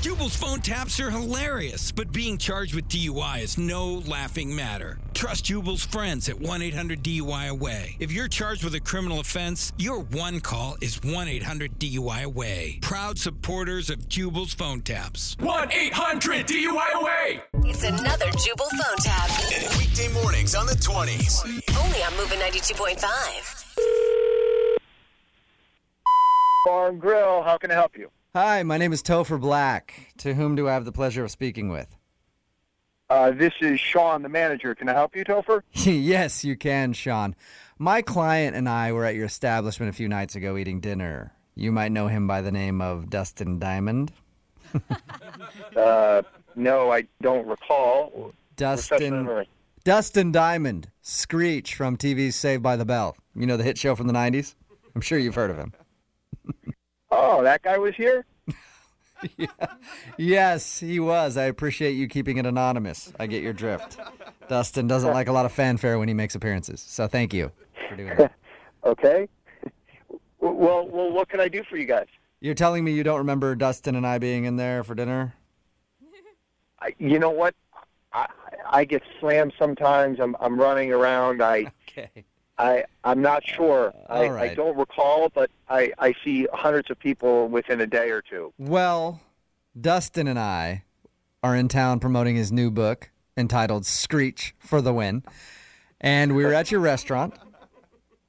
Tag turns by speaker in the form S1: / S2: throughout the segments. S1: Jubal's phone taps are hilarious, but being charged with DUI is no laughing matter. Trust Jubal's friends at 1 800 DUI Away. If you're charged with a criminal offense, your one call is 1 800 DUI Away. Proud supporters of Jubal's phone taps.
S2: 1 800 DUIOA!
S3: It's another Jubal phone tab.
S4: Weekday mornings on the 20s.
S3: Only on Moving 92.5.
S5: Bar and Grill. How can I help you?
S6: Hi, my name is Topher Black. To whom do I have the pleasure of speaking with?
S5: Uh, this is Sean, the manager. Can I help you, Topher?
S6: yes, you can, Sean. My client and I were at your establishment a few nights ago eating dinner. You might know him by the name of Dustin Diamond.
S5: No, I don't recall. Refresh my
S6: Dustin
S5: memory.
S6: Dustin Diamond, Screech from TV's Saved by the Bell. You know the hit show from the 90s? I'm sure you've heard of him.
S5: Oh, that guy was here.
S6: Yes, he was. I appreciate you keeping it anonymous. I get your drift. Dustin doesn't like a lot of fanfare when he makes appearances. So thank you for doing that.
S5: Okay. W- Well, well, what can I do for you guys?
S6: You're telling me you don't remember Dustin and I being in there for dinner?
S5: I, you know what? I, I get slammed sometimes. I'm I'm running around. I
S6: Okay.
S5: I I'm not sure. I,
S6: Uh,
S5: I
S6: all right.
S5: don't recall, but I I see hundreds of people within a day or two.
S6: Well, Dustin and I are in town promoting his new book entitled Screech for the Win. And we were at your restaurant,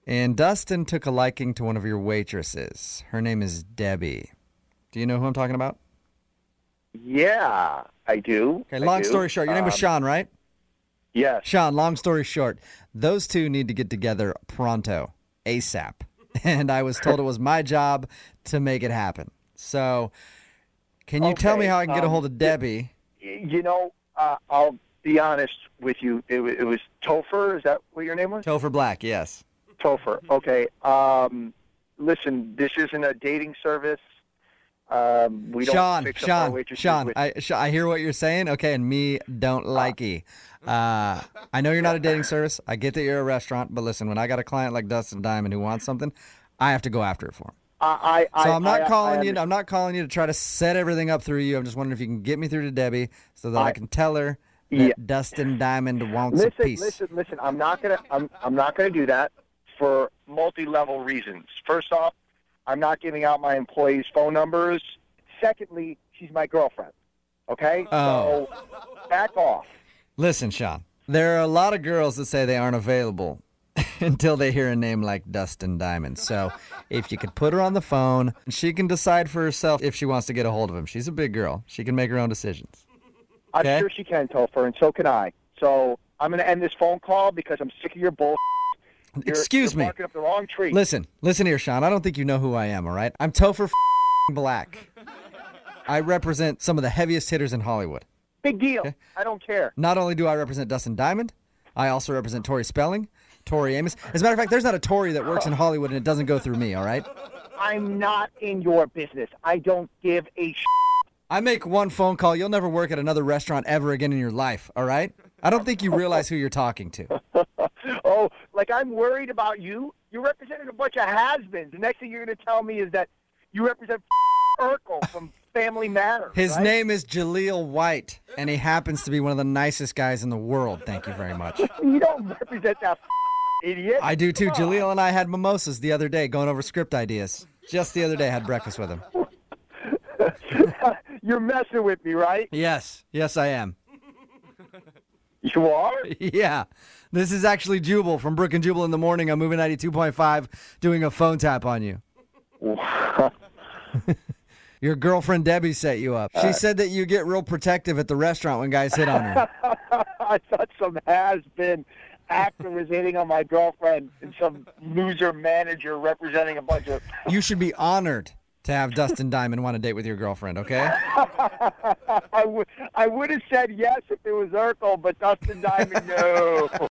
S6: and Dustin took a liking to one of your waitresses. Her name is Debbie. Do you know who I'm talking about?
S5: Yeah, I do.
S6: Okay,
S5: I
S6: long
S5: do.
S6: story short, your name was
S5: Um,
S6: Sean, right?
S5: Yes.
S6: Sean, long story short, those two need to get together pronto, ASAP. And I was told it was my job to make it happen. So, can you tell me
S5: Okay,
S6: how I can get a
S5: um,
S6: hold of Debbie?
S5: you know, uh, I'll be honest with you. It, wa- it was Topher. Is that what your name was?
S6: Topher Black, yes.
S5: Topher.
S6: Mm-hmm.
S5: Okay. Um, listen, this isn't a dating service. Um, we don't
S6: Sean,
S5: fix up our
S6: Sean,
S5: waitresses
S6: Sean,
S5: with-
S6: I, Sh- I hear what you're saying. Okay, and me don't likey. Uh, I know you're not a dating service. I get that you're a restaurant, but listen, when I got a client like Dustin Diamond who wants something, I have to go after it for him.
S5: I, I,
S6: So
S5: I,
S6: I'm not
S5: I-
S6: calling
S5: I
S6: you. I'm not calling you to try to set everything up through you. I'm just wondering if you can get me through to Debbie so that I,
S5: I-
S6: can tell her that
S5: Yeah.
S6: Dustin Diamond wants
S5: Listen,
S6: a piece.
S5: listen, listen. I'm not gonna. I'm, I'm not gonna do that for multi-level reasons. First off, I'm not giving out my employees' phone numbers. Secondly, she's my girlfriend. Okay.
S6: Oh.
S5: So back off.
S6: Listen, Sean. There are a lot of girls that say they aren't available until they hear a name like Dustin Diamond. So if you could put her on the phone, she can decide for herself if she wants to get a hold of him. She's a big girl. She can make her own decisions.
S5: I'm
S6: Okay.
S5: sure she can, Topher, and so can I. So I'm going to end this phone call because I'm sick of your bull. You're-
S6: Excuse
S5: you're
S6: me.
S5: barking up the wrong tree.
S6: Listen, listen here, Sean. I don't think you know who I am, all right? I'm Topher f***ing Black. I represent some of the heaviest hitters in Hollywood.
S5: Big deal. I don't care.
S6: Not only do I represent Dustin Diamond, I also represent Tori Spelling, Tori Amos. As a matter of fact, there's not a Tori that works in Hollywood and it doesn't go through me, all right?
S5: I'm not in your business. I don't give a sh-
S6: I make one phone call, you'll never work at another restaurant ever again in your life, all right? I don't think you realize who you're talking to.
S5: Oh, like I'm worried about you. You represented a bunch of has-beens. The next thing you're going to tell me is that you represent Urkel from Family Matters.
S6: His
S5: right?
S6: name is Jaleel White, and he happens to be one of the nicest guys in the world. Thank you very much.
S5: You don't represent that idiot.
S6: I do too. Jaleel and I had mimosas the other day going over script ideas. Just the other day, I had breakfast with him.
S5: You're messing with me, right?
S6: Yes, yes, I am.
S5: You are.
S6: Yeah. This is actually Jubal from Brook and Jubal in the morning. I'm moving 92.5 doing a phone tap on you. Your girlfriend Debbie set you up. She said that you get real protective at the restaurant when guys hit on her.
S5: I thought some has been actor was hitting on my girlfriend and some loser manager representing a bunch of
S6: You should be honored to have Dustin Diamond want to date with your girlfriend, okay?
S5: I would I would have said yes if it was Urkel, but Dustin Diamond no.